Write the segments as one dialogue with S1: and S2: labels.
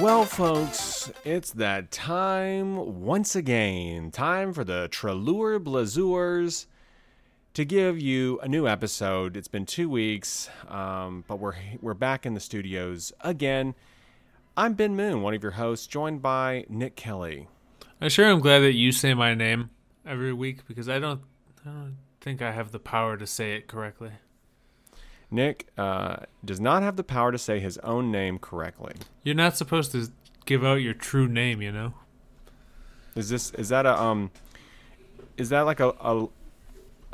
S1: Well, folks, it's that time once again. Time for the Trelure Blazures to give you a new episode. It's been two weeks, um, but we're we're back in the studios again. I'm Ben Moon, one of your hosts, joined by Nick Kelly.
S2: I sure am glad that you say my name every week because I don't, I don't think I have the power to say it correctly.
S1: Nick uh, does not have the power to say his own name correctly.
S2: You're not supposed to give out your true name, you know.
S1: Is this is that a um is that like a a,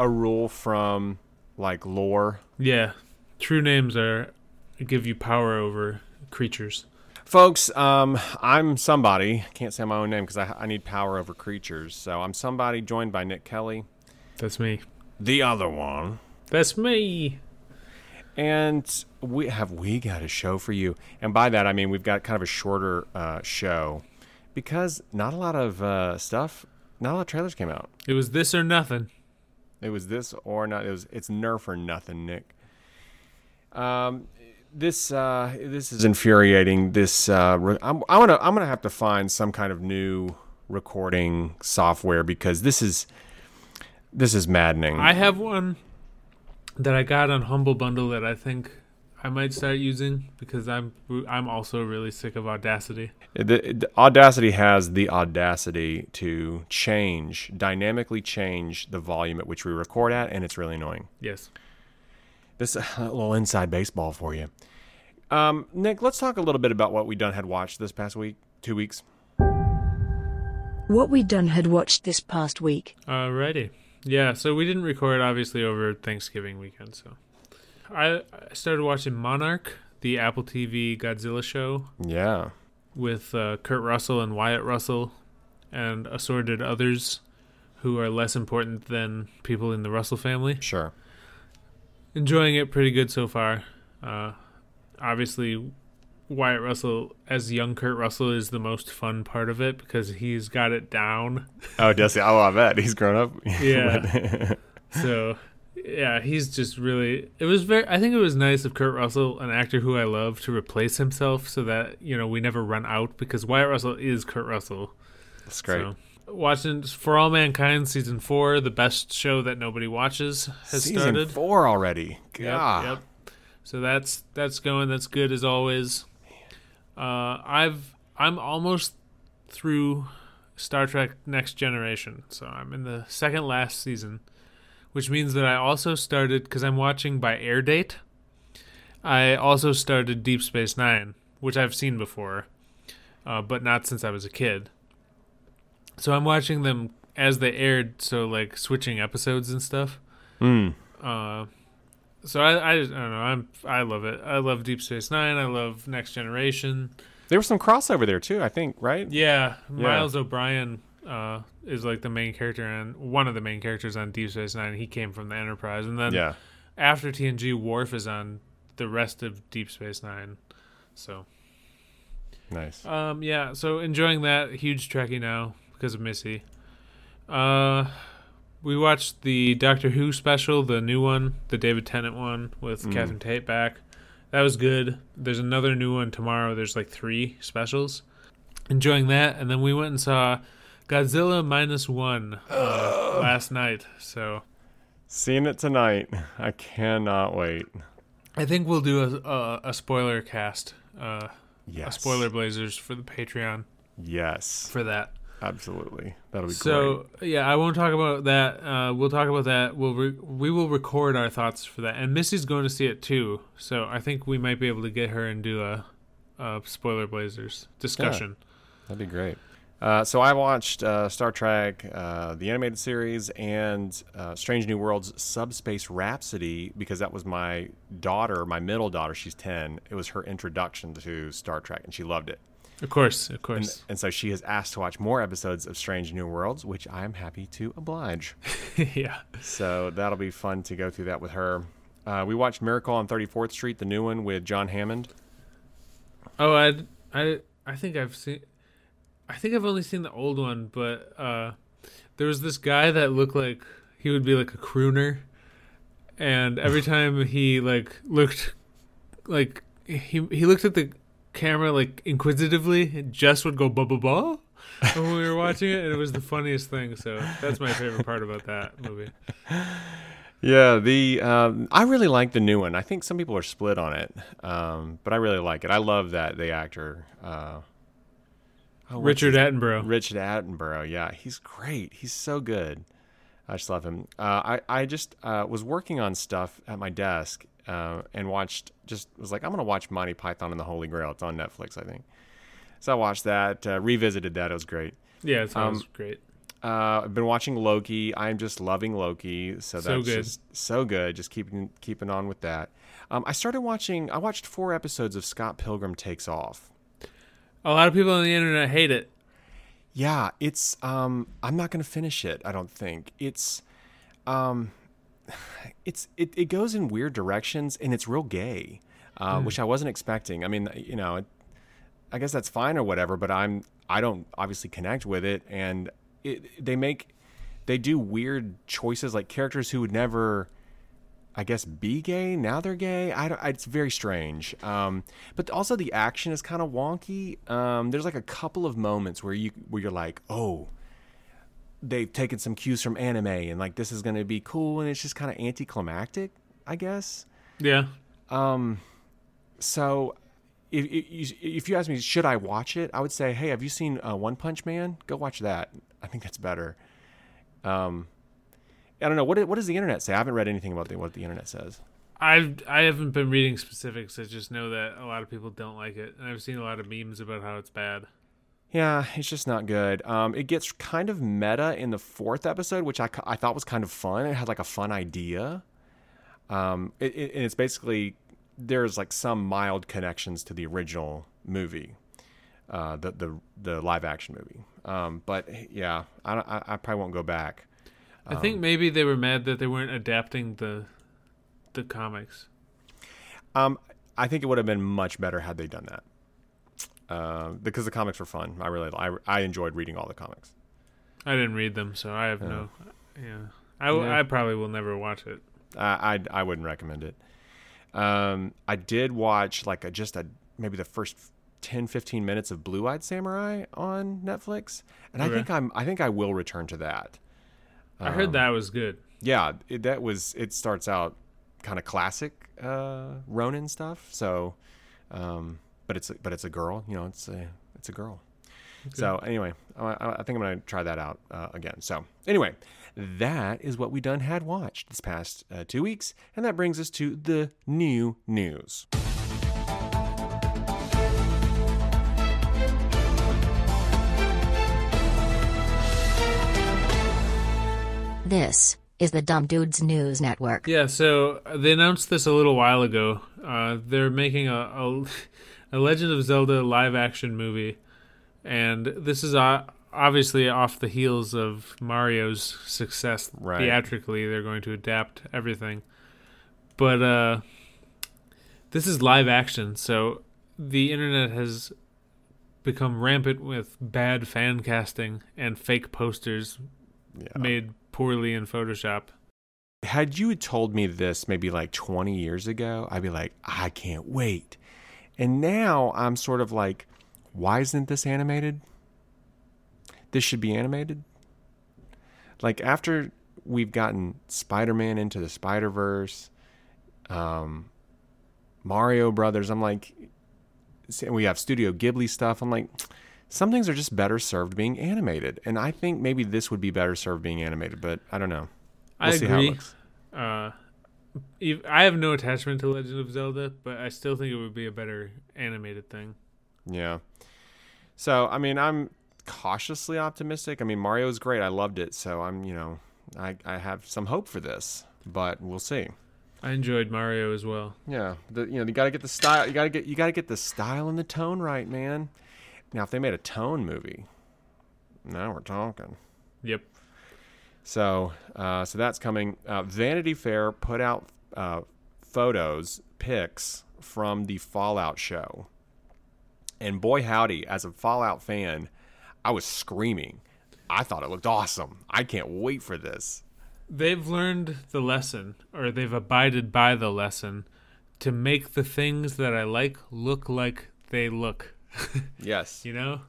S1: a rule from like lore?
S2: Yeah, true names are give you power over creatures.
S1: Folks, um, I'm somebody. Can't say my own name because I, I need power over creatures. So I'm somebody joined by Nick Kelly,
S2: That's me.
S1: the other one.
S2: That's me.
S1: And we have we got a show for you. And by that I mean we've got kind of a shorter uh, show because not a lot of uh, stuff, not a lot of trailers came out.
S2: It was this or nothing.
S1: It was this or not. It was it's nerf or nothing, Nick. Um, this uh, this is infuriating. This uh, re- I'm, I'm gonna I'm gonna have to find some kind of new recording software because this is this is maddening.
S2: I have one that I got on Humble Bundle that I think I might start using because I'm I'm also really sick of Audacity.
S1: The, the Audacity has the audacity to change dynamically change the volume at which we record at, and it's really annoying.
S2: Yes.
S1: This a little inside baseball for you. Um, Nick, let's talk a little bit about what we done had watched this past week, two weeks.
S3: What we done had watched this past week.
S2: Alrighty. Yeah, so we didn't record obviously over Thanksgiving weekend, so I I started watching Monarch, the Apple TV Godzilla show
S1: Yeah.
S2: with uh, Kurt Russell and Wyatt Russell and assorted others who are less important than people in the Russell family.
S1: Sure.
S2: enjoying it pretty good so far. Uh, obviously, Wyatt Russell as young Kurt Russell is the most fun part of it because he's got it down.
S1: Oh, Desi, I love that. He's grown up.
S2: Yeah. so, yeah, he's just really. It was very. I think it was nice of Kurt Russell, an actor who I love, to replace himself so that you know we never run out because Wyatt Russell is Kurt Russell.
S1: That's great.
S2: So, watching For All Mankind season four, the best show that nobody watches, has
S1: Season
S2: started.
S1: four already.
S2: Yep,
S1: God.
S2: yep. So that's that's going. That's good as always. Uh, I've I'm almost through Star Trek Next Generation, so I'm in the second last season, which means that I also started because I'm watching by air date. I also started Deep Space Nine, which I've seen before, uh, but not since I was a kid. So I'm watching them as they aired, so like switching episodes and stuff. Uh, so I, I, just- I don't know. I'm I love it. I love Deep Space Nine. I love Next Generation.
S1: There was some crossover there too, I think, right?
S2: Yeah, Miles O'Brien uh, is like the main character and one of the main characters on Deep Space Nine. He came from the Enterprise, and then
S1: Yeah.
S2: after TNG, Worf is on the rest of Deep Space Nine. So
S1: Nice.
S2: um, yeah, so enjoying that huge Trekkie now because of Missy. Uh, we watched the Doctor Who special, the new one, the David Tennant one with Catherine Tate back. That was good. There's another new one tomorrow. There's like three specials. Enjoying that, and then we went and saw Godzilla minus one uh, last night. So
S1: Seeing it tonight. I cannot wait.
S2: I think we'll do a a, a spoiler cast, uh,
S1: Yes.
S2: a spoiler blazers for the Patreon
S1: Yes.
S2: for that.
S1: Absolutely. That'll be
S2: So yeah, I won't talk about that. Uh, we'll talk about that. We'll re- we will record our thoughts for that, and Missy's going to see it too. So I think we might be able to get her and do a, a spoiler blazers discussion.
S1: great. That'd be great. Uh, so I watched uh, Star Trek, uh, the animated series, and uh, Strange New Worlds: Subspace Rhapsody because that was my daughter, my middle daughter. She's ten. It was her introduction to Star Trek, and she loved it.
S2: Of course, of
S1: And,
S2: course.
S1: and so she has asked to watch more episodes of Strange New Worlds, which I am happy to oblige.
S2: yeah,
S1: so that'll be fun to go through that with her. Uh, we watched Miracle on 34th Street, the new one with John Hammond.
S2: Oh, I, I, I think I've seen. I think I've only seen the old one, but uh, there was this guy that looked like he would be like a crooner, and every time he like looked, like he he looked at the camera like inquisitively. and Jess would go ba ba ba when we were watching it, and it was the funniest thing. So that's my favorite part about that movie.
S1: Yeah, the um, I really like the new one. I think some people are split on it, um, but I really like it. I love that the actor uh, oh, what's
S2: Richard
S1: his-
S2: Attenborough.
S1: Richard Attenborough. Yeah, he's great. He's so good. I just love him. Uh, I I just uh, was working on stuff at my desk uh, and watched. Just was like, I'm gonna watch Monty Python and the Holy Grail. It's on Netflix, I think. So I watched that. Uh, revisited that. It was great.
S2: yeah, it
S1: Um,
S2: sounds great.
S1: Uh, I've been watching Loki. I'm just loving Loki. So that's
S2: So good.
S1: just so good. Just keeping keeping on with that. Um, I started watching. I watched four episodes of Scott Pilgrim Takes Off.
S2: A lot of people on the internet hate it.
S1: Yeah, it's. Um, I'm not gonna finish it. I don't think it's. Um, it's it, it goes in weird directions and it's real gay, uh, which I wasn't expecting. I mean, uh, you know, it, I guess that's fine or whatever, but I'm I don't obviously connect with it, and it, they make they do weird choices like characters who would never. I guess be gay now they're gay. I don't, it's very strange. Um, but also the action is kind of wonky. Um, there's like a couple of moments where you where you're like, oh, they've taken some cues from anime and like this is going to be cool, and it's just kind of anticlimactic, I guess.
S2: Yeah,
S1: So, if, if you- if you ask me, should I watch it? I would say, hey, have you seen uh, One Punch Man? Go watch that. I think that's better. Um, I don't know what what does the internet say. I haven't read anything about the, what the internet says.
S2: I've I haven't been reading specifics. I just know that a lot of people don't like it, and I've seen a lot of memes about how it's bad.
S1: Yeah, it's just not good. Um, it gets kind of meta in the fourth episode, which I, ca- I thought was kind of fun. It had like a fun idea. Um, it, it, and it's basically there's like some mild connections to the original movie, uh, the the the live action movie. Um, but yeah, I, don't- I I probably won't go back.
S2: I think maybe they were mad that they weren't adapting the the comics.
S1: Um, I think it would have been much better had they done that. Um, because the comics were fun. I really I, I enjoyed reading all the comics.
S2: I didn't read them, so I have no. Yeah, I, w-
S1: Yeah.
S2: I probably will never watch it.
S1: I I'd- I wouldn't recommend it. Um, I did watch like a, just a maybe the first 10 15 minutes of Blue Eyed Samurai on Netflix, and I
S2: Okay.
S1: think I'm I think I will return to that.
S2: I heard that was good.
S1: Yeah, it, that was it starts out kind of classic uh, Ronin stuff. So, um, but it's but it's a girl, you know, it's a it's a girl. So anyway, I, I- I think I'm gonna try that out uh, again. So anyway, that is what we done had watched this past uh, two weeks, and that brings us to the new news.
S4: This is the Dumb Dudes News Network.
S2: Yeah, so uh, they announced this a little while ago. Uh, they're making a, a a Legend of Zelda live action movie, and this is uh, obviously off the heels of Mario's success
S1: Right.
S2: theatrically. They're going to adapt everything, but uh, this is live action, so the internet has become rampant with bad fan casting and fake posters
S1: Yeah.
S2: made poorly in Photoshop.
S1: Had you told me this maybe like 20 years ago, I'd be like, I can't wait. And now I'm sort of like, why isn't this animated? This should be animated. Like after we've gotten Spider-Man into the Spider-Verse, um, Mario Brothers, I'm like, and we have Studio Ghibli stuff. I'm like, some things are just better served being animated, and I think maybe this would be better served being animated. But I don't know.
S2: I
S1: We'll see how it
S2: agree.
S1: looks.
S2: Uh, ev- I have no attachment to Legend of Zelda, but I still think it would be a better animated thing.
S1: Yeah. So I mean, I'm cautiously optimistic. I mean, Mario's great. I loved it. So I'm, you know, I I have some hope for this, but we'll see.
S2: I enjoyed Mario as well.
S1: Yeah, the, you know, you got to get the style. You got to get you got to get the style and the tone right, man. Now, if they made a tone movie, now we're talking.
S2: Yep.
S1: So, uh, so that's coming. Uh, Vanity Fair put out uh, photos, pics from the Fallout show, and boy howdy, as a Fallout fan, I was screaming. I thought it looked awesome. I can't wait for this.
S2: They've learned the lesson, or they've abided by the lesson, to make the things that I like look like they look.
S1: Yes.
S2: You know,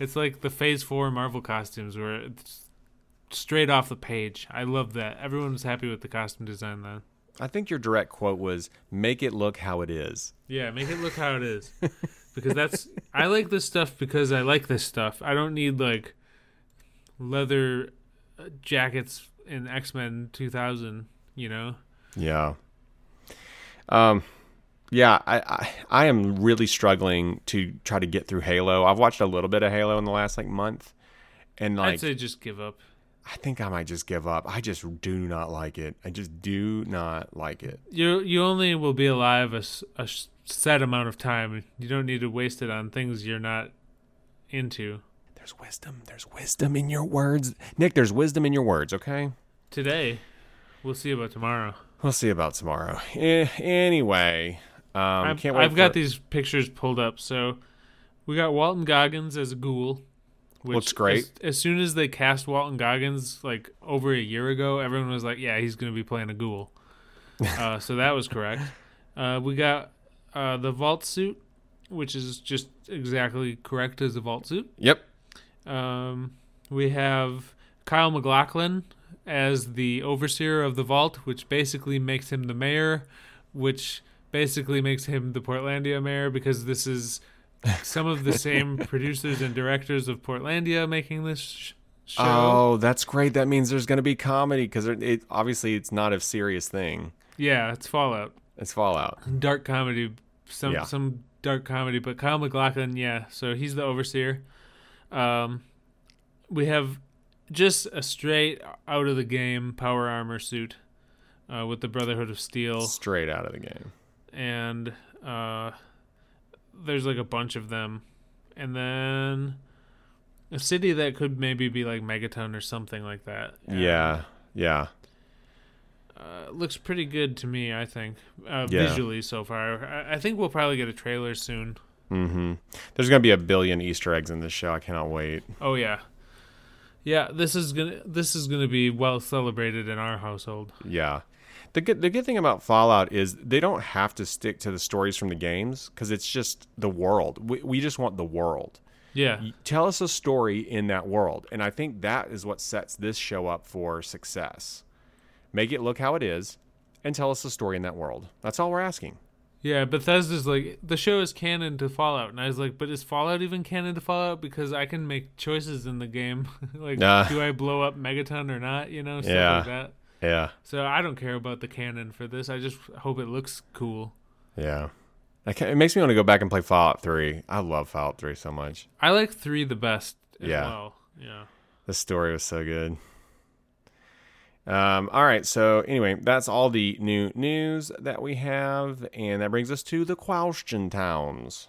S2: it's like the Phase Four Marvel costumes where it's straight off the page. I love that. Everyone was happy with the costume design then.
S1: I think your direct quote was make it look how it is.
S2: Yeah, make it look how it is. Because that's I like this stuff because I like this stuff. I don't need like leather uh, jackets in X-Men 2000, you know.
S1: Yeah. Um yeah, I, I I am really struggling to try to get through Halo. I've watched a little bit of Halo in the last like month and
S2: I'd
S1: like
S2: say just give up.
S1: I think I might just give up. I just do not like it. I just do not like it.
S2: You you only will be alive a, s- a s- set amount of time. You don't need to waste it on things you're not into.
S1: There's wisdom. There's wisdom in your words. Nick, there's wisdom in your words, okay?
S2: Today, we'll see about tomorrow.
S1: We'll see about tomorrow. Eh, anyway, um,
S2: I've,
S1: can't wait.
S2: I've got
S1: for-
S2: these pictures pulled up. So we got Walton Goggins as a ghoul. Which
S1: Looks great.
S2: As, as soon as they cast Walton Goggins, like over a year ago, everyone was like, "Yeah, he's going to be playing a ghoul." uh, so that was correct. Uh, we got uh, the vault suit, which is just exactly correct as a vault suit.
S1: Yep.
S2: Um, we have Kyle McLaughlin as the overseer of the vault, which basically makes him the mayor, which basically makes him the Portlandia mayor because this is some of the same producers and directors of Portlandia making this sh- show.
S1: Oh, that's great. That means there's going to be comedy because it, obviously it's not a serious thing.
S2: Yeah, it's Fallout,
S1: It's Fallout.
S2: dark comedy, some
S1: Yeah.
S2: some dark comedy. But Kyle McLaughlin, yeah, so he's the overseer. Um, we have just a straight out of the game power armor suit uh, with the Brotherhood of Steel,
S1: Straight out of the game.
S2: and uh, there's like a bunch of them, and then a city that could maybe be like Megaton or something like that.
S1: Yeah. Yeah.
S2: uh, looks pretty good to me. I think uh,
S1: Yeah.
S2: visually so far. I, I think we'll probably get a trailer soon.
S1: hmm There's going to be a billion Easter eggs in this show. I cannot wait.
S2: Oh yeah, yeah. This is gonna this is gonna be well celebrated in our household.
S1: Yeah. The good, the good thing about Fallout is they don't have to stick to the stories from the games because it's just the world. We, we just want the world.
S2: Yeah,
S1: Tell us a story in that world. And I think that is what sets this show up for success. Make it look how it is and tell us a story in that world. That's all we're asking.
S2: yeah. Bethesda's like the show is canon to Fallout, and I was like, but is Fallout even canon to Fallout? Because I can make choices in the game, like
S1: Nah.
S2: do I blow up Megaton or not? You know, stuff
S1: Yeah.
S2: like that.
S1: Yeah.
S2: So I don't care about the canon for this. I just hope it looks cool.
S1: Yeah. I can't, it makes me want to go back and play Fallout 3. I love Fallout 3 so much.
S2: I like three the best. As
S1: Yeah.
S2: Well. Yeah.
S1: The story was so good. Um, all right. So, anyway, that's all the new news that we have. And that brings us to the question towns.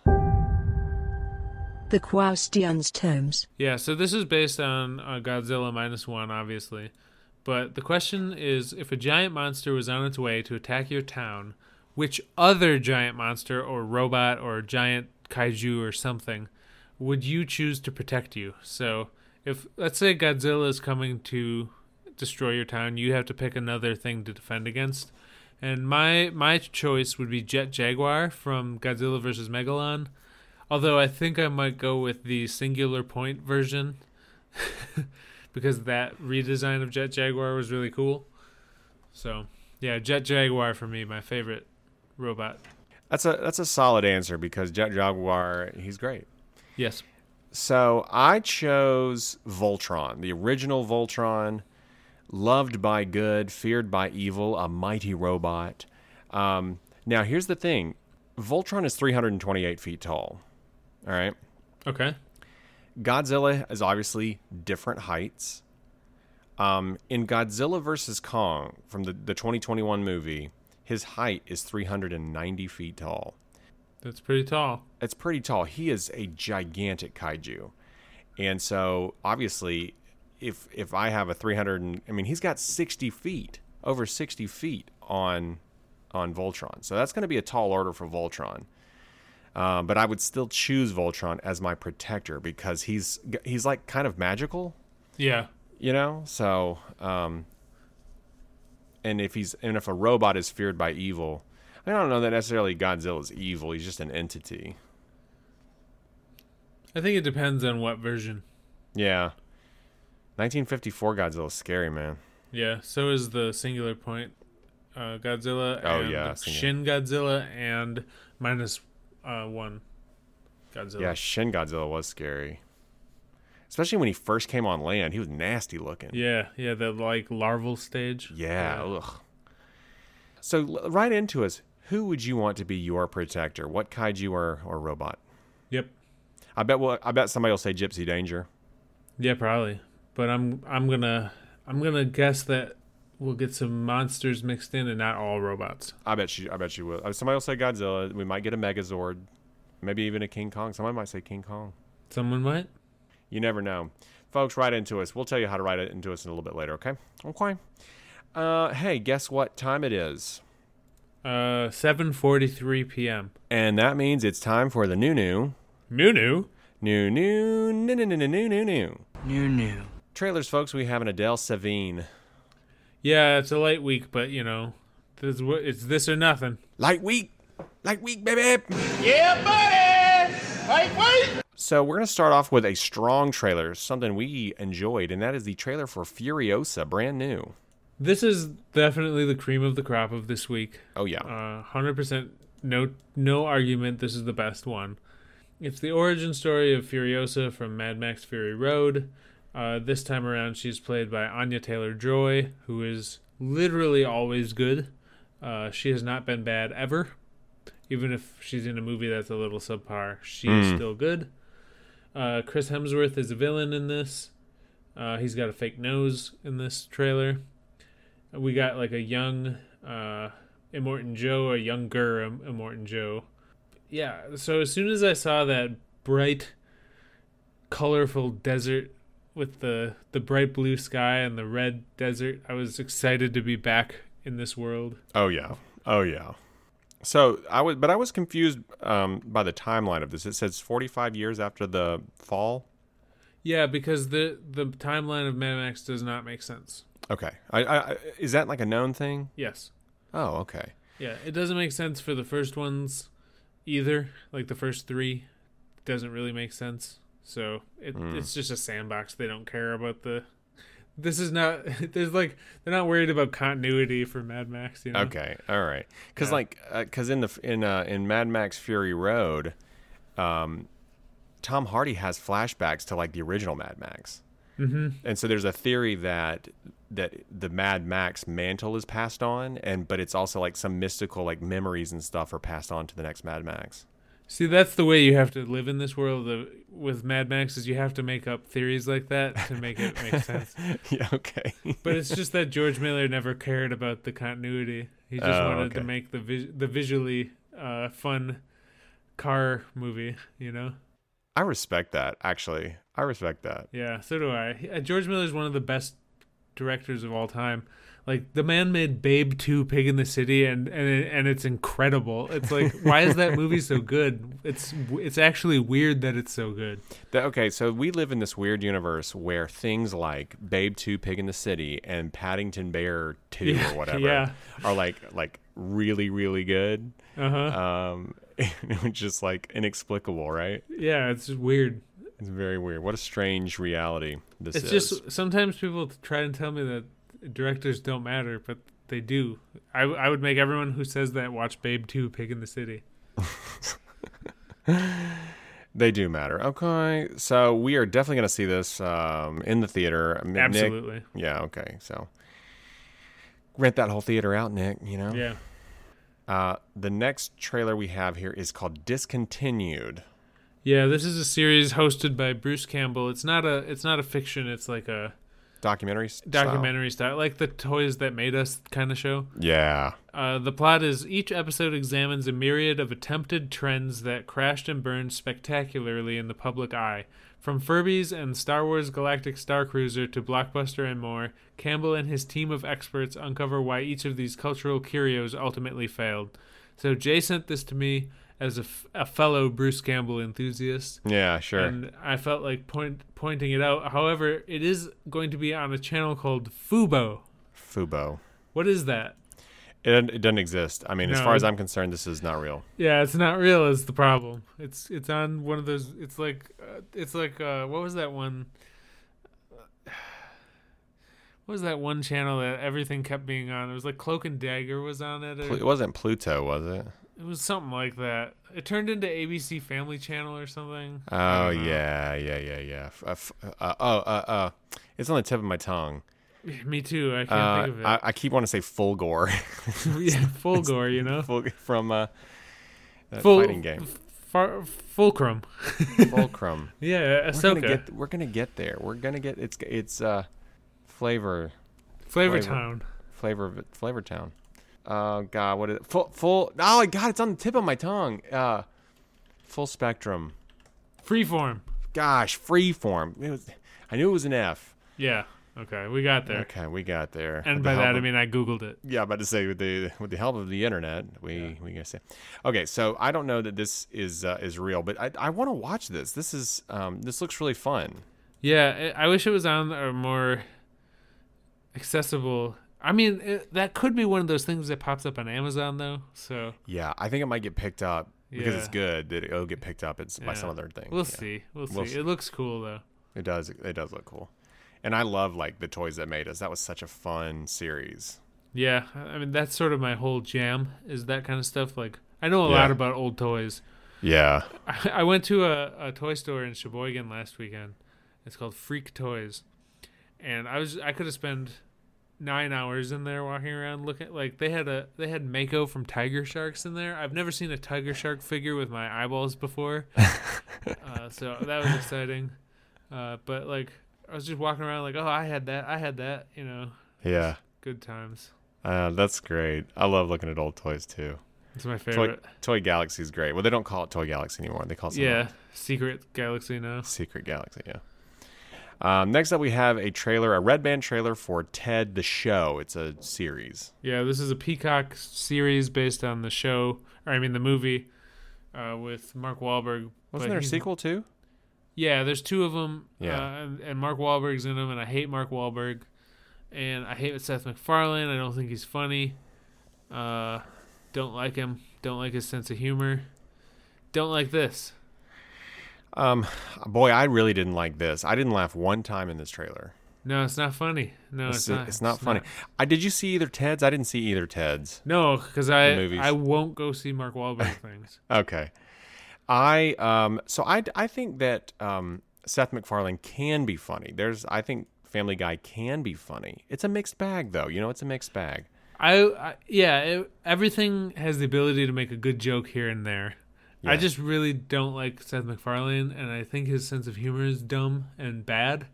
S3: The Quaustian's terms.
S2: Yeah, so this is based on uh, Godzilla minus one, obviously. But the question is if a giant monster was on its way to attack your town, which other giant monster or robot or giant kaiju or something would you choose to protect you? So, if let's say Godzilla is coming to destroy your town, you have to pick another thing to defend against. And my my choice would be Jet Jaguar from Godzilla vs. Megalon. Although I think I might go with the singular point version because that redesign of Jet Jaguar was really cool. So, yeah, Jet Jaguar for me, my favorite robot.
S1: That's a that's a solid answer because Jet Jaguar, he's great.
S2: Yes.
S1: So I chose Voltron, the original Voltron, loved by good, feared by evil, a mighty robot. Um, now, here's the thing Voltron is 328 feet tall. All right.
S2: Okay.
S1: Godzilla is obviously different heights. Um, in Godzilla vs. Kong from the, the 2021 movie, his height is 390 feet tall.
S2: That's pretty tall.
S1: It's pretty tall. He is a gigantic kaiju. And so obviously if if I have a 300 and, I mean he's got 60 feet, over 60 feet on on Voltron. So that's going to be a tall order for Voltron. Um, but I would still choose Voltron as my protector because he's he's like kind of magical,
S2: Yeah.
S1: you know? So um and if he's and if a robot is feared by evil, I don't know that necessarily Godzilla's evil. He's just an entity.
S2: I think it depends on what version.
S1: Yeah. 1954 Godzilla's scary, man.
S2: Yeah, so is the Singular Point uh, Godzilla
S1: Oh,
S2: and
S1: yeah,
S2: the
S1: Singular-
S2: Shin Godzilla and minus uh, one Godzilla.
S1: Yeah, Shin Godzilla was scary. Especially when he first came on land, he was nasty looking.
S2: yeah, yeah, the like larval stage.
S1: Yeah, ugh. So l- right into us, who would you want to be your protector? What kaiju or, or robot?
S2: Yep.
S1: I bet well, I bet somebody will say Gypsy Danger.
S2: Yeah, probably. But I'm I'm gonna I'm gonna guess that we'll get some monsters mixed in and not all robots.
S1: I bet you I bet you will. Uh, Somebody will say Godzilla. We might get a Megazord, maybe even a King Kong. Somebody might say King Kong.
S2: Someone might.
S1: You never know. Folks, write into us. We'll tell you how to write it into us in a little bit later, okay? Okay. Uh, hey, guess what time it is?
S2: Uh, 7:43 p.m.
S1: And that means it's time for the new new
S2: New new.
S1: new new new new new new new new new trailers, folks. We have an Adele Savine
S2: Yeah, it's a light week, but you know, this is what- it's this or nothing.
S1: light week, light week, baby.
S5: Yeah, buddy! Wait, wait!
S1: So we're gonna start off with a strong trailer, something we enjoyed, and that is the trailer for Furiosa, brand new.
S2: This is definitely the cream of the crop of this week.
S1: Oh yeah.
S2: Uh, 100% no no argument this is the best one. It's the origin story of Furiosa from Mad Max Fury Road. Uh, this time around she's played by Anya Taylor-Joy, who is literally always good. Uh, she has not been bad ever. Even if she's in a movie that's a little subpar, she is still good. Uh, Chris Hemsworth is a villain in this. Uh, he's got a fake nose in this trailer we got like a young uh Immortan Joe, a younger Im- Immortan Joe. Yeah, so as soon as I saw that bright colorful desert with the the bright blue sky and the red desert, I was excited to be back in this world.
S1: Oh yeah. Oh yeah. So I was, but I was confused um, by the timeline of this. It says 45 years after the fall.
S2: Yeah, because the the timeline of Mad Max does not make sense.
S1: Okay. I, I, I- is that like a known thing?
S2: Yes.
S1: Oh, okay.
S2: Yeah, it doesn't make sense for the first ones either. Like the first three doesn't really make sense. So it,
S1: Hmm.
S2: it's just a sandbox. They don't care about the. This is not. There's like they're not worried about continuity for Mad Max. You know.
S1: Okay. All right. Because
S2: Hmm. Yeah.
S1: like, because in the f- in uh, in Mad Max Fury Road, um, Tom Hardy has flashbacks to like the original Mad Max. Mm-hmm. And so there's a theory that that the Mad Max mantle is passed on, and but it's also like some mystical like memories and stuff are passed on to the next Mad Max.
S2: See, that's the way you have to live in this world of, with Mad Max. Is you have to make up theories like that to make it make sense.
S1: yeah. Okay.
S2: But it's just that George Miller never cared about the continuity. He just
S1: Oh,
S2: wanted to
S1: okay.
S2: make the vis- the visually uh, fun car movie. You know.
S1: I respect that. Actually, I respect that.
S2: Yeah, so do I. He- uh, George Miller is one of the best directors of all time. Like the man made Babe Two, Pig in the City, and and it- and it's incredible. It's like why is that movie so good? It's w- it's actually weird that it's so good.
S1: That, okay, so we live in this weird universe where things like Babe Two, Pig in the City, and Paddington Bear Two
S2: Yeah,
S1: or whatever
S2: yeah.
S1: are like like really really good.
S2: Uh huh.
S1: Um, just like inexplicable, right?
S2: Yeah, it's just weird.
S1: It's very weird. What a strange reality this is.
S2: It's just sometimes people t- try and tell me that directors don't matter, but they do. I w- I would make everyone who says that watch Babe Two, Pig in the City.
S1: They do matter. Okay, so we are definitely going to see this um, in the theater. I mean, Nick-
S2: Absolutely.
S1: yeah. Okay. So rent that whole theater out, Nick. You know.
S2: Yeah.
S1: Uh, the next trailer we have here is called Discontinued.
S2: Yeah, this is a series hosted by Bruce Campbell. It's not a it's not a fiction. It's like a
S1: documentary s- style.
S2: documentary style, like the Toys That Made Us kind of show.
S1: Yeah.
S2: Uh, the plot is each episode examines a myriad of attempted trends that crashed and burned spectacularly in the public eye. From Furbies and Star Wars Galactic Star Cruiser to Blockbuster and more, Campbell and his team of experts uncover why each of these cultural curios ultimately failed. So Jay sent this to me as a, f- a fellow Bruce Campbell enthusiast
S1: Yeah, sure.
S2: and I felt like point pointing it out. However, it is going to be on a channel called Fubo.
S1: Fubo.
S2: What is that?
S1: It, it doesn't exist. I mean, as
S2: No.
S1: far as I'm concerned, this is not real.
S2: Yeah, it's not real. Is the problem? It's it's on one of those. It's like uh, it's like uh, what was that one? What was that one channel that everything kept being on? It was like Cloak and Dagger was on it.
S1: Pl- It
S2: Or,
S1: wasn't Pluto, was it?
S2: it was something like that. It turned into ABC Family Channel or something.
S1: Oh yeah, yeah, yeah, yeah. F- uh, f- uh, oh, uh, uh, it's on the tip of my tongue.
S2: Me too. I can't
S1: Uh,
S2: think of it.
S1: I, I keep wanting to say Fulgore
S2: yeah, Fulgore, you know,
S1: Ful- from uh, that
S2: Ful-
S1: fighting game.
S2: Far, Fulcrum.
S1: Fulcrum.
S2: Yeah, uh,
S1: We're gonna
S2: Ahsoka.
S1: get. We're gonna get there. We're gonna get. It's. It's. Uh, flavor.
S2: Flavor
S1: flavor.
S2: Town.
S1: Flavor. Flavor Town. Oh God, what is it? Full. Full. Oh my God, it's on the tip of my tongue. Uh, full spectrum.
S2: Freeform.
S1: Gosh, freeform. It was, I knew it was an F.
S2: Yeah. Okay, we got there.
S1: Okay, we got there.
S2: And
S1: With
S2: by
S1: the help
S2: that I
S1: of-
S2: mean I googled it.
S1: yeah, I'm about to say with the with the help of the internet, we we gotta say, okay. So I don't know that this is uh, is real, but I I want to watch this. This is um this looks really fun.
S2: Yeah, I I wish it was on a more accessible. I mean, it, that could be one of those things that pops up on Amazon though. So
S1: Yeah, I think it might get picked up because it's
S2: Yeah.
S1: good. That it'll get picked up. It's by some
S2: yeah.
S1: other thing.
S2: We'll
S1: Yeah.
S2: see. We'll,
S1: We'll
S2: see.
S1: see.
S2: It looks cool though.
S1: It does. It does look cool, and I love like the toys that made us. That was such a fun series.
S2: Yeah, I I mean that's sort of my whole jam is that kind of stuff. Like I know a
S1: Yeah.
S2: lot about old toys.
S1: Yeah.
S2: I, I went to a, a toy store in Sheboygan last weekend. It's called Freak Toys, and I was I could have spent nine hours in there walking around looking like they had a they had Mako from Tiger Sharks in there. I've never seen a Tiger Shark figure with my eyeballs before, uh, so that was exciting. Uh, but like I was just walking around like oh I had that I had that you know
S1: Yeah.
S2: good times.
S1: Uh, that's great. I love looking at old toys too.
S2: It's my
S1: Toy,
S2: favorite.
S1: Toy Galaxy is great. Well, they don't call it Toy Galaxy anymore. They call it something
S2: yeah, Secret Galaxy now.
S1: Secret Galaxy, yeah. Um, next up, we have a trailer, a red band trailer for Ted the Show. It's a series.
S2: Yeah, this is a Peacock series based on the show, or I mean the movie, uh, with Mark Wahlberg. but
S1: Wasn't there a
S2: he's-
S1: sequel too?
S2: Yeah, there's two of them.
S1: Yeah.
S2: uh, and, and Mark Wahlberg's in them, and I hate Mark Wahlberg, and I hate Seth MacFarlane. I don't think he's funny. Uh, don't like him. Don't like his sense of humor. Don't like this.
S1: Um, boy, I really didn't like this. I didn't laugh one time in this trailer.
S2: No, it's not funny. No, it's,
S1: It's,
S2: not.
S1: it's not funny. I did you see either Ted's? I didn't see either Ted's.
S2: No, because I
S1: The movies.
S2: I won't go see Mark Wahlberg things.
S1: Okay. I um so I I think that um Seth MacFarlane can be funny. There's I think Family Guy can be funny. It's a mixed bag though. You know, it's a mixed bag.
S2: I, I yeah, it, everything has the ability to make a good joke here and there. I just really don't like Seth MacFarlane, and I think his sense of humor is dumb and bad.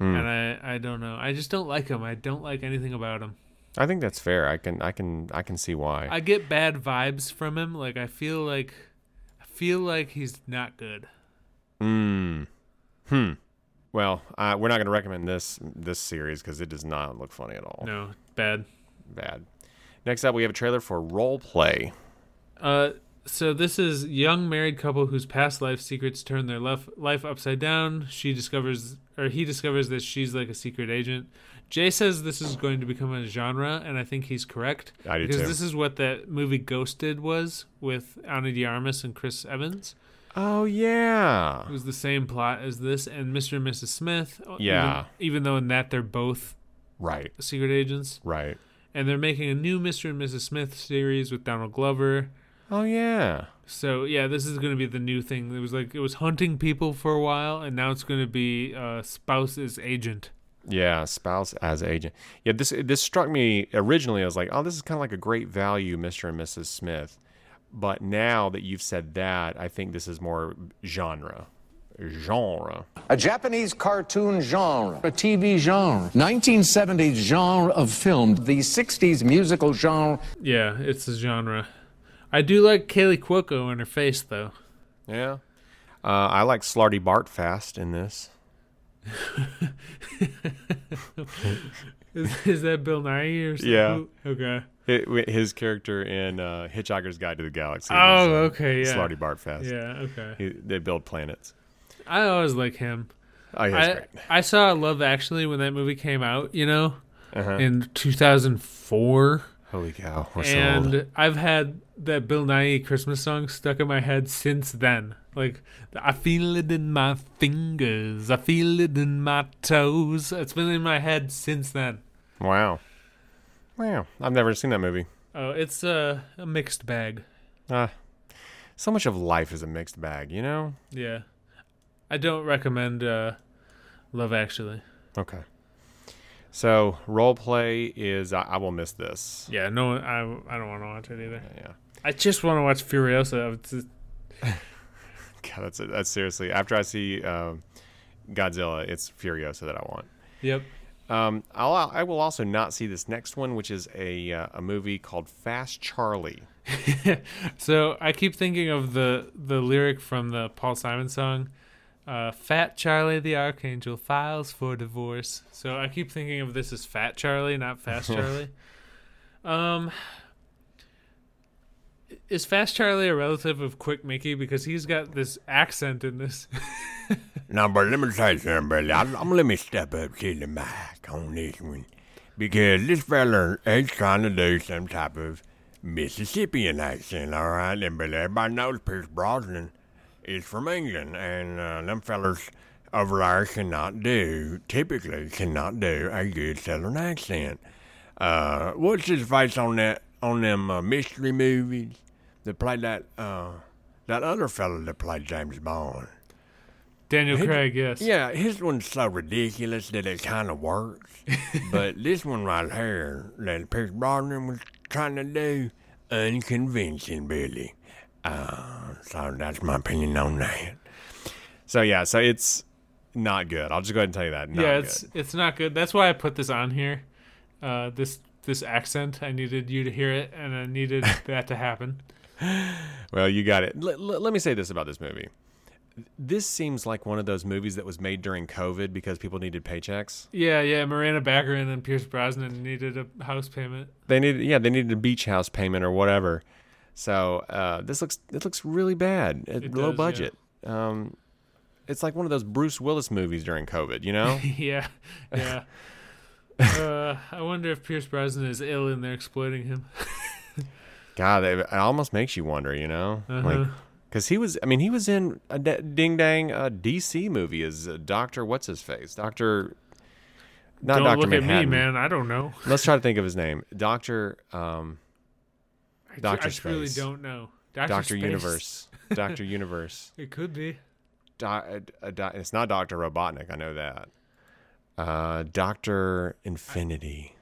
S2: And I, I don't know. I just don't like him. I don't like anything about him.
S1: I think that's fair. I can I can I can see why.
S2: I get bad vibes from him. Like I feel like, I feel like he's not good.
S1: Hmm. Well, uh, we're not going to recommend this this series because it does not look funny at all.
S2: No, bad.
S1: Bad. Next up, we have a trailer for Role Play.
S2: Uh, so this is young married couple whose past life secrets turn their lef- life upside down. She discovers, or he discovers that she's like a secret agent. Jay says this is going to become a genre, and I think he's correct.
S1: I do
S2: because
S1: too.
S2: this is what that movie Ghosted was with Anna de Armas and Chris Evans.
S1: Oh yeah,
S2: It was the same plot as this, and Mr. and Mrs. Smith. uh, even-
S1: Yeah.
S2: even though in that they're both
S1: right,
S2: secret agents,
S1: right.
S2: and they're making a new Mr. and Mrs. Smith series with Donald Glover.
S1: Oh yeah,
S2: So yeah, this is going to be the new thing. It was like it was hunting people for a while, and now it's going to be uh, spouse's agent.
S1: yeah. Spouse as agent. Yeah, this this struck me originally. I was like, oh, this is kind of like a great value, Mr. and Mrs. Smith. But now that you've said that, I think this is more genre, genre.
S6: A Japanese cartoon genre, a TV genre, 1970s genre of film, the 60s musical genre.
S2: Yeah, it's a genre. I do like Kaylee Cuoco in her face though.
S1: Yeah. Uh, I like Slarty Bart fast in this.
S2: Is, is that Bill Nye or something?
S1: Yeah.
S2: Okay.
S1: It, his character in uh, Hitchhiker's Guide to the Galaxy.
S2: Oh,
S1: was, uh,
S2: okay, yeah.
S1: Slarty Bartfast.
S2: Yeah. Okay.
S1: He, they build planets.
S2: I always like him.
S1: Oh, yeah, that's
S2: I
S1: great.
S2: I
S1: Uh-huh.
S2: saw Love Actually when that movie came out. You know, in 2004.
S1: Holy cow. We're sold.
S2: and I've had that Bill Nye Christmas song stuck in my head since then. Like I feel it in my fingers, I feel it in my toes. It's been in my head since then.
S1: Wow. Wow. I've never seen that movie.
S2: Oh, it's a, a mixed bag.
S1: Uh, so much of life is a mixed bag, you know?
S2: Yeah, I don't recommend uh, Love Actually.
S1: Okay. So role play is I, I will miss this.
S2: Yeah, no, I I don't want to watch it either.
S1: Yeah.
S2: I just want to watch Furiosa. It's just-
S1: God, that's that's seriously. After I see um, Godzilla, it's Furiosa that I want.
S2: yep.
S1: Um, I'll, I will also not see this next one, which is a uh, a movie called Fast Charlie.
S2: So I keep thinking of the the lyric from the Paul Simon song, uh, "Fat Charlie the Archangel files for divorce." So I keep thinking of this as Fat Charlie, not Fast Charlie. um, is Fast Charlie a relative of Quick Mickey because he's got this accent in this?
S7: Now, but let me tell you something, brother. I'm, I'm let me step up to the mic on this one because this fella is trying to do some type of Mississippian accent, all right? And but everybody knows Pierce Brosnan is from England, and uh, them fellas over there cannot do, typically cannot do a good Southern accent. Uh, what's his face on that on them uh, mystery movies that played that uh, that other fella that played James Bond?
S2: Daniel Craig, yes.
S7: Yeah, his one's so ridiculous that it kind of works. but this one right here that Pierce Brosnan was trying to do, unconvincing, Billy. Uh, so that's my opinion on that.
S1: So yeah, so it's not good. I'll just go ahead and tell you that. Not
S2: yeah, it's
S1: good.
S2: it's not good. That's why I put this on here. Uh, this this accent. I needed you to hear it, and I needed that to happen.
S1: Well, you got it. L- l- let me say this about this movie. This seems like one of those movies that was made during COVID because people needed paychecks.
S2: Yeah, yeah. Miranda Baccarin and Pierce Brosnan needed a house payment.
S1: They needed, yeah, they needed a beach house payment or whatever. So uh, this looks, it looks really bad. It,
S2: It
S1: low
S2: does, yeah.
S1: budget. Um, it's like one of those Bruce Willis movies during COVID. You know?
S2: Yeah, yeah. uh, I wonder if Pierce Brosnan is ill and they're exploiting him.
S1: God, it, it almost makes you wonder. You know?
S2: Uh-huh.
S1: Like, because he was, I mean, he was in a d- ding dang uh, DC movie as uh, Doctor what's his face, Doctor. Not
S2: Don't
S1: Uh, Doctor
S2: look at me,
S1: Manhattan.
S2: man. I don't know.
S1: Let's try to think of his name. Doctor, um,
S2: I,
S1: Dr.
S2: I truly
S1: Space.
S2: don't know. Doctor,
S1: Doctor
S2: Space.
S1: Universe. Doctor Universe.
S2: It could be.
S1: Do, uh, uh, do- it's not Doctor Robotnik. I know that. Uh, Doctor Infinity.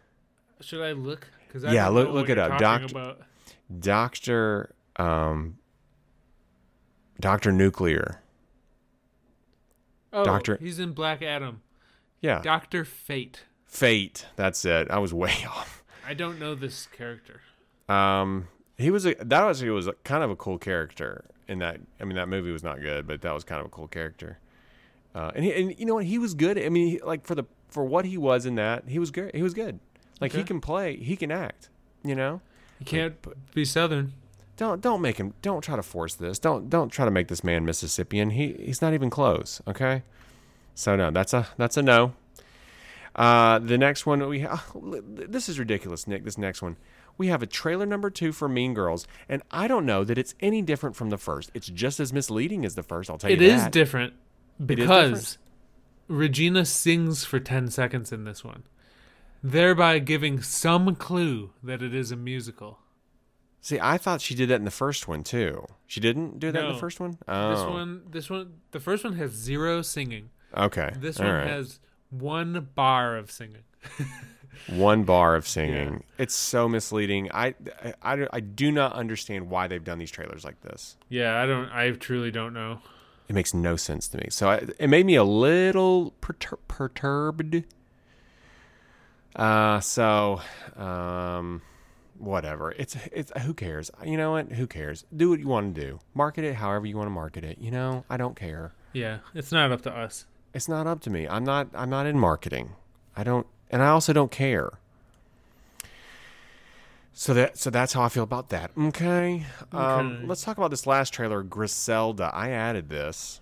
S2: Should I look? 'Cause
S1: Yeah,
S2: don't
S1: look-
S2: know
S1: look
S2: what
S1: it
S2: you're
S1: up.
S2: talking
S1: Doct-
S2: about.
S1: Doctor. Um, Doctor Nuclear.
S2: Oh,
S1: Doctor-
S2: He's in Black Adam.
S1: Yeah.
S2: Doctor Fate.
S1: Fate. That's it. I was way off.
S2: I don't know this character.
S1: Um, he was a that was he was a, kind of a cool character in that. I mean, that movie was not good, but that was kind of a cool character. Uh, and he, and you know what? He was good. I mean, he, like for the for what he was in that, he was good. He was good. Like he
S2: Okay.
S1: can play, he can act. You know,
S2: He can't be Southern.
S1: don't don't make him. Don't try to force this. Don't don't try to make this man Mississippian. He he's not even close. Okay, so no, that's a that's a no. Uh, the next one we ha- oh, this is ridiculous, Nick. This next one we have a trailer number two for Mean Girls, and I don't know that it's any different from the first. It's just as misleading as the first. I'll tell
S2: It
S1: you
S2: is
S1: that.
S2: different
S1: different.
S2: because Regina sings for 10 seconds in this one, thereby giving some clue that it is a musical.
S1: See, I thought she did that in the first one too. She didn't do that in
S2: No.
S1: the first one. Oh,
S2: This one, this one, the first one has zero singing.
S1: okay.
S2: This
S1: All
S2: one
S1: right.
S2: has one bar of singing.
S1: one bar of singing. It's so misleading. I, I, I do not understand why they've done these trailers like this.
S2: Yeah, I don't, I truly don't know.
S1: It makes no sense to me. So I, it made me a little pertur- perturbed. Uh, so, um, whatever. It's it's who cares? You know what? Who cares? Do what you want to do. Market it however you want to market it. You know, I don't care.
S2: Yeah, it's not up to us.
S1: It's not up to me. I'm not I'm not in marketing. I don't and I also don't care. So that so that's how I feel about that. Okay. Um, let's talk about this last trailer, Griselda. I added this.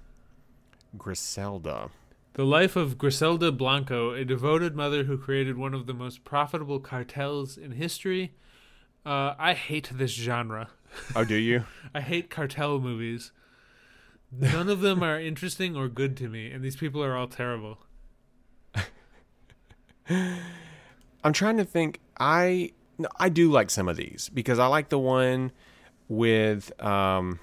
S1: Griselda.
S2: The life of Griselda Blanco, a devoted mother who created one of the most profitable cartels in history, Uh, I hate this genre.
S1: Oh, do you?
S2: I hate cartel movies. None of them are interesting or good to me, and these people are all terrible.
S1: I'm trying to think. I no, I do like some of these because I like the one with um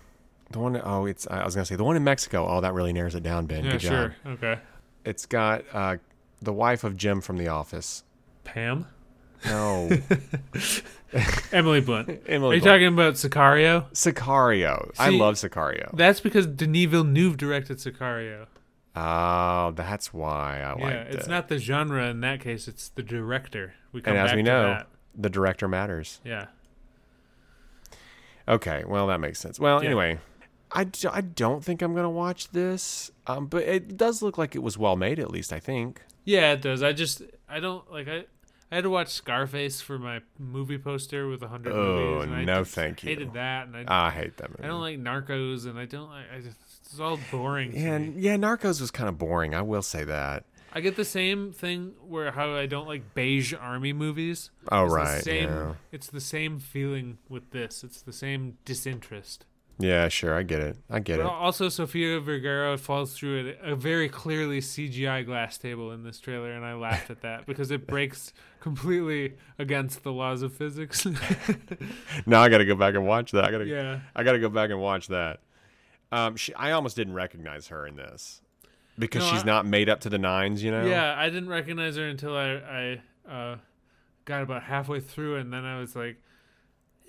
S1: the one oh it's I was gonna say the one in Mexico. Oh, that really narrows it down, Ben.
S2: Yeah,
S1: Good job.
S2: sure. Okay.
S1: It's got uh the wife of Jim from The Office.
S2: Pam?
S1: No,
S2: Emily Blunt.
S1: Emily.
S2: Are you
S1: Blunt.
S2: talking about Sicario?
S1: Sicario. I
S2: See-
S1: love Sicario.
S2: That's because Denis Villeneuve directed Sicario.
S1: Oh, that's why I
S2: Yeah,
S1: like
S2: it's not the genre in that case; it's the director. We come
S1: And as
S2: back
S1: we
S2: to
S1: know,
S2: that.
S1: the director matters.
S2: yeah,
S1: Okay, well that makes sense. Well,
S2: Yeah.
S1: anyway, I, d- I don't think I'm gonna watch this, um, but it does look like it was well made. At least I think.
S2: yeah, it does. I just, I don't like. I, I had to watch Scarface for my movie poster with a hundred
S1: Oh,
S2: movies. and I
S1: no,
S2: just
S1: thank you.
S2: Hated that, and I,
S1: I hate that movie.
S2: I don't like Narcos, and I don't like. I just, it's all boring. to me.
S1: And yeah, Narcos was kind of boring. I will say that.
S2: I get the same thing where how I don't like beige army movies.
S1: Oh,
S2: It's the
S1: right,
S2: same-
S1: yeah.
S2: It's the same feeling with this. It's the same disinterest.
S1: Yeah, sure, I get it. I get
S2: But
S1: it.
S2: also, Sofia Vergara falls through a, a very clearly CGI glass table in this trailer, and I laughed at that because it breaks completely against the laws of physics.
S1: Now I gotta go back and watch that. I gotta.
S2: Yeah.
S1: I gotta go back and watch that. Um, she, I almost didn't recognize her in this because
S2: No,
S1: she's
S2: I-
S1: not made up to the nines, you know.
S2: yeah, I didn't recognize her until I, I uh, got about halfway through, and then I was like,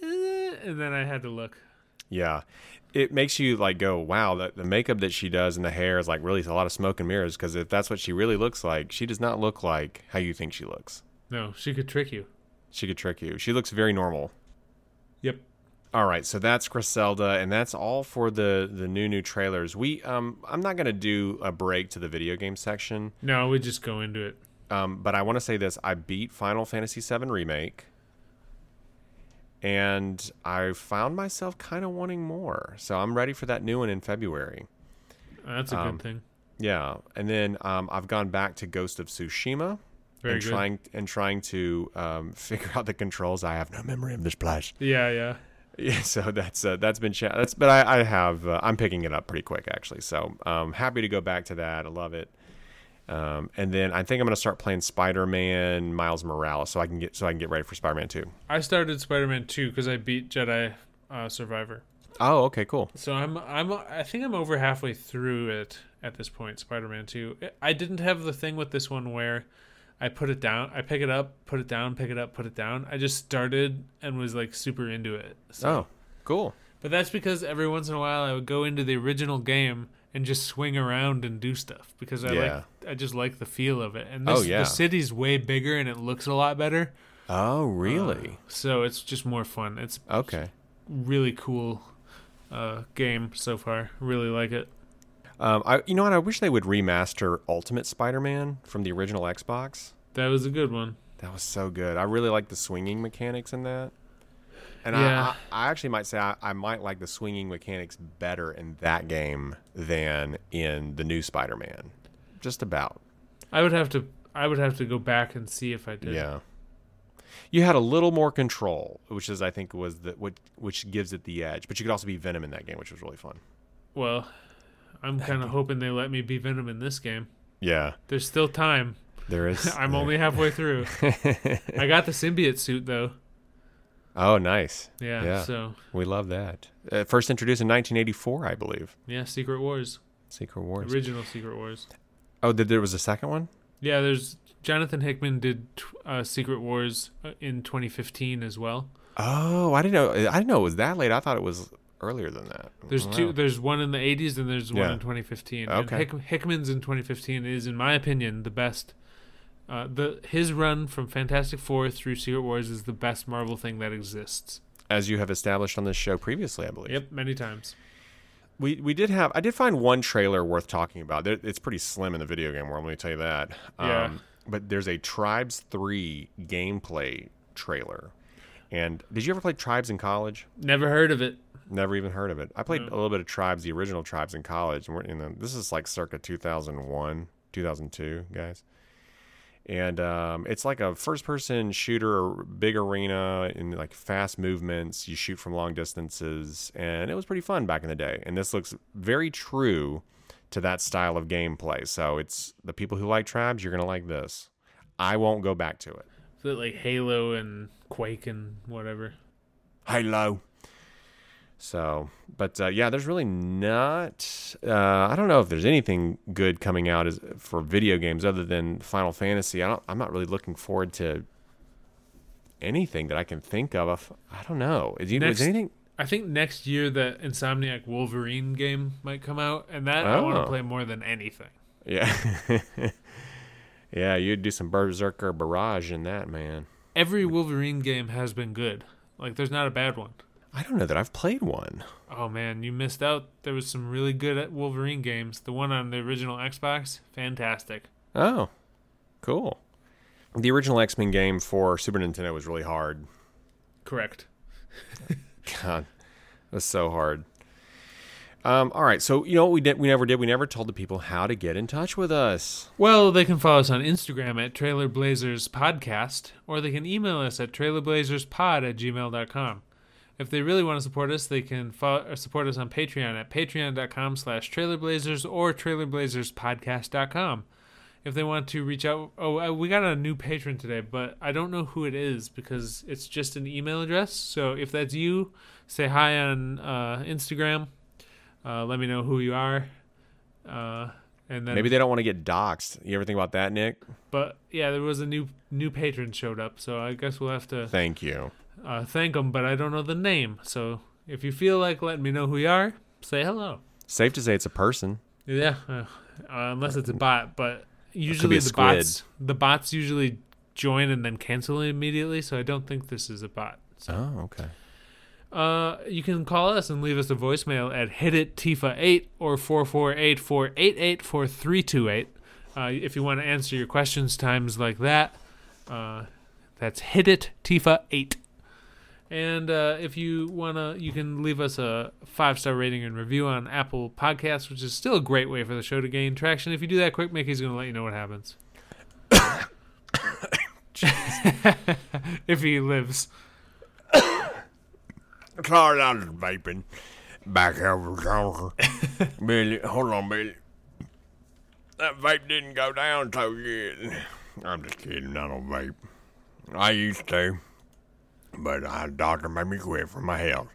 S2: eh, and then I had to look.
S1: Yeah. Uh, It makes you like go, wow, that the makeup that she does and the hair is like really a lot of smoke and mirrors because if that's what she really looks like, she does not look like how you think she looks.
S2: No, she could trick you.
S1: She could trick you. She looks very normal.
S2: Yep.
S1: All right, so that's Griselda, and that's all for the the new new trailers. We um, I'm not gonna do a break to the video game section,
S2: No, we just go into it.
S1: um, but I want to say this: I beat Final Fantasy VII remake, and I found myself kind of wanting more. So I'm ready for that new one in February.
S2: That's a good thing.
S1: Yeah, and then um, I've gone back to Ghost of Tsushima
S2: Very
S1: and
S2: good.
S1: trying and trying to um, figure out the controls. I have no memory of this place.
S2: Yeah, yeah.
S1: Yeah, so that's uh, that's been cha- that's but I, I have uh, I'm picking it up pretty quick actually. So um, happy to go back to that. I love it. Um, and then I think I'm gonna start playing Spider Man Miles Morales so I can get so I can get ready for Spider Man Two.
S2: I started Spider-Man 2 because I beat Jedi uh, Survivor.
S1: Oh, okay, cool.
S2: So I'm I'm I think I'm over halfway through it at this point. Spider-Man 2. I didn't have the thing with this one where I put it down, I pick it up, put it down, pick it up, put it down. I just started and was like super into it. So,
S1: Oh, cool.
S2: but that's because every once in a while I would go into the original game and just swing around and do stuff because I
S1: Yeah.
S2: like I just like the feel of it. And
S1: Oh,
S2: this
S1: yeah.
S2: the city's way bigger and it looks a lot better.
S1: Oh, really?
S2: So it's just more fun. It's
S1: okay.
S2: really cool uh, game so far. Really like it. Uh.
S1: Um, I you know what? I wish they would remaster Ultimate Spider Man from the original Xbox.
S2: That was a good one.
S1: That was so good. I really like the swinging mechanics in that. And
S2: Yeah.
S1: I, I, I actually might say I, I might like the swinging mechanics better in that game than in the new Spider Man. Just about.
S2: I would have to I would have to go back and see if I did.
S1: Yeah. You had a little more control, which is I think was the what which gives it the edge. But you could also be Venom in that game, which was really fun.
S2: Well, I'm kind of hoping they let me be Venom in this game.
S1: Yeah.
S2: There's still time.
S1: There is
S2: I'm only halfway through. I got the symbiote suit though.
S1: Oh, nice.
S2: Yeah, so-
S1: we love that. Uh, first introduced in 1984, I believe.
S2: Yeah, Secret Wars,
S1: Secret Wars.
S2: original Secret Wars.
S1: Oh, did there was a second one?
S2: Yeah, there's Jonathan Hickman did tw- uh, Secret Wars uh, in 2015 as well.
S1: Oh, I didn't know. I didn't know it was that late. I thought it was earlier than that.
S2: There's two. There's one in the 80s and there's one
S1: Yeah.
S2: in 2015. And
S1: Okay.
S2: Hick, Hickman's in 2015 is, in my opinion, the best. Uh, the his run from Fantastic Four through Secret Wars is the best Marvel thing that exists.
S1: as you have established on this show previously, I believe.
S2: Yep, many times.
S1: We we did have. I did find one trailer worth talking about. There- It's pretty slim in the video game world. Let me tell you that. Um,
S2: Yeah.
S1: but there's a Tribes Three gameplay trailer. And did you ever play Tribes in college?
S2: Never heard of it.
S1: Never even heard of it. I played a little bit of Tribes, the original Tribes in college. And we're in the, this is like circa 2001, 2002, guys. and um, it's like a first-person shooter, or big arena, and like fast movements. You shoot from long distances, and it was pretty fun back in the day. And this looks very true to that style of gameplay. So it's the people who like tribes, you're gonna like this. I won't go back to it.
S2: Is it like Halo and Quake and whatever?
S7: Halo.
S1: So, but uh, yeah, there's really not. Uh, I don't know if there's anything good coming out as, for video games other than Final Fantasy. I don't. I'm not really looking forward to anything that I can think of. I don't know. Is, you- is
S2: Next-
S1: anything?
S2: I think next year the Insomniac Wolverine game might come out, and that I want
S1: Oh.
S2: to play more than anything.
S1: Yeah. yeah, you'd do some berserker barrage in that man.
S2: Every Wolverine game has been good. Like, there's not a bad one.
S1: I don't know that I've played one.
S2: Oh man, you missed out. There was some really good Wolverine games. The one on the original Xbox, fantastic.
S1: Oh, cool. The original X Men game for Super Nintendo was really hard.
S2: Correct.
S1: God, that's so hard. Um, all right, so you know what we did? We never did. We never told the people how to get in touch with us.
S2: Well, they can follow us on Instagram at Trailer Blazers Podcast, or they can email us at trailerblazerspod at gmail.com. If they really want to support us, they can fo- or support us on Patreon at patreon.com slash trailerblazers or trailerblazerspodcast.com. If they want to reach out, oh, uh, we got a new patron today, but I don't know who it is because it's just an email address. So if that's you, say hi on uh, Instagram. Uh, let me know who you are. Uh, and then
S1: Maybe they don't want to get doxxed. You ever think about that, Nick?
S2: but yeah, there was a new new patron showed up, so I guess we'll have to
S1: Thank you.
S2: uh, thank them. But I don't know the name, so if you feel like letting me know who you are, say hello.
S1: Safe to say it's a person.
S2: Yeah, uh, uh, unless it's a bot, but usually
S1: a
S2: the
S1: squid.
S2: bots the bots usually join and then cancel immediately, so I don't think this is a bot. So,
S1: Oh, okay.
S2: uh, you can call us and leave us a voicemail at hit it tifa eight or four four eight four eight eight four three two eight. Uh, if you want to answer your questions times like that, uh, That's hit it Tifa eight. And uh, if you wanna, you can leave us a five star rating and review on Apple Podcasts, which is still a great way for the show to gain traction. If you do that quick, Mickey's gonna let you know what happens. if he lives,
S7: Sorry, I was vaping. Back over talking. Billy, hold on, Billy. That vape didn't go down so good. I'm just kidding. I don't vape. I used to, but I doctor made me quit for my health.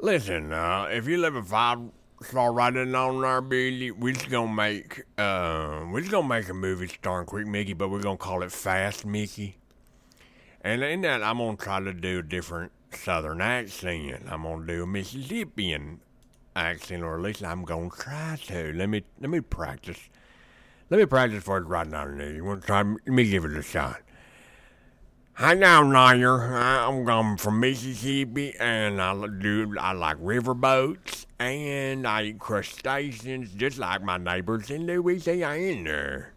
S7: Listen, uh, if you leave a five star rating on there, Billy, we're just gonna make uh, we're just gonna make a movie starring Quick Mickey, but we're gonna call it Fast Mickey. And in that, I'm gonna try to do a different Southern accent. I'm gonna do a Mississippian accent, or at least I'm gonna try to. Let me let me practice. Let me practice for it right now. Nick. You want to try? Let me give it a shot. Hi now, Nyer. I'm come from Mississippi, and I li- do I like riverboats, and I eat crustaceans just like my neighbors in Louisiana.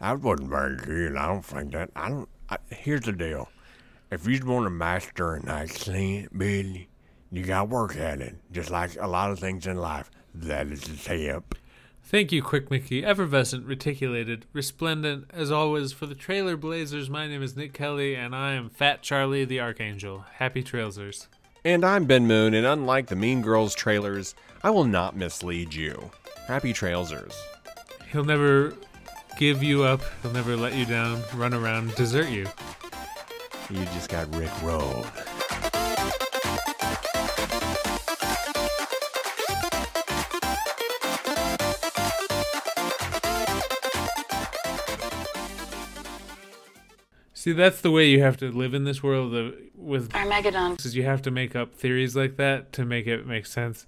S7: That wasn't very good. I don't think that. I don't. I, here's the deal: if you want to master an accent, Billy, you got to work at it. Just like a lot of things in life, that is just help.
S2: thank you, Quick Mickey, effervescent, reticulated, resplendent as always for the Trailer Blazers. My name is Nick Kelly, and I am Fat Charlie the Archangel. Happy Trailsers.
S1: And I'm Ben Moon, and unlike the Mean Girls trailers, I will not mislead you. Happy trailsers.
S2: He'll never give you up. He'll never let you down, run around, desert you.
S1: You just got Rick rolled.
S2: See, that's the way you have to live in this world of, with
S8: Armageddon.
S2: is you have to make up theories like that to make it make sense.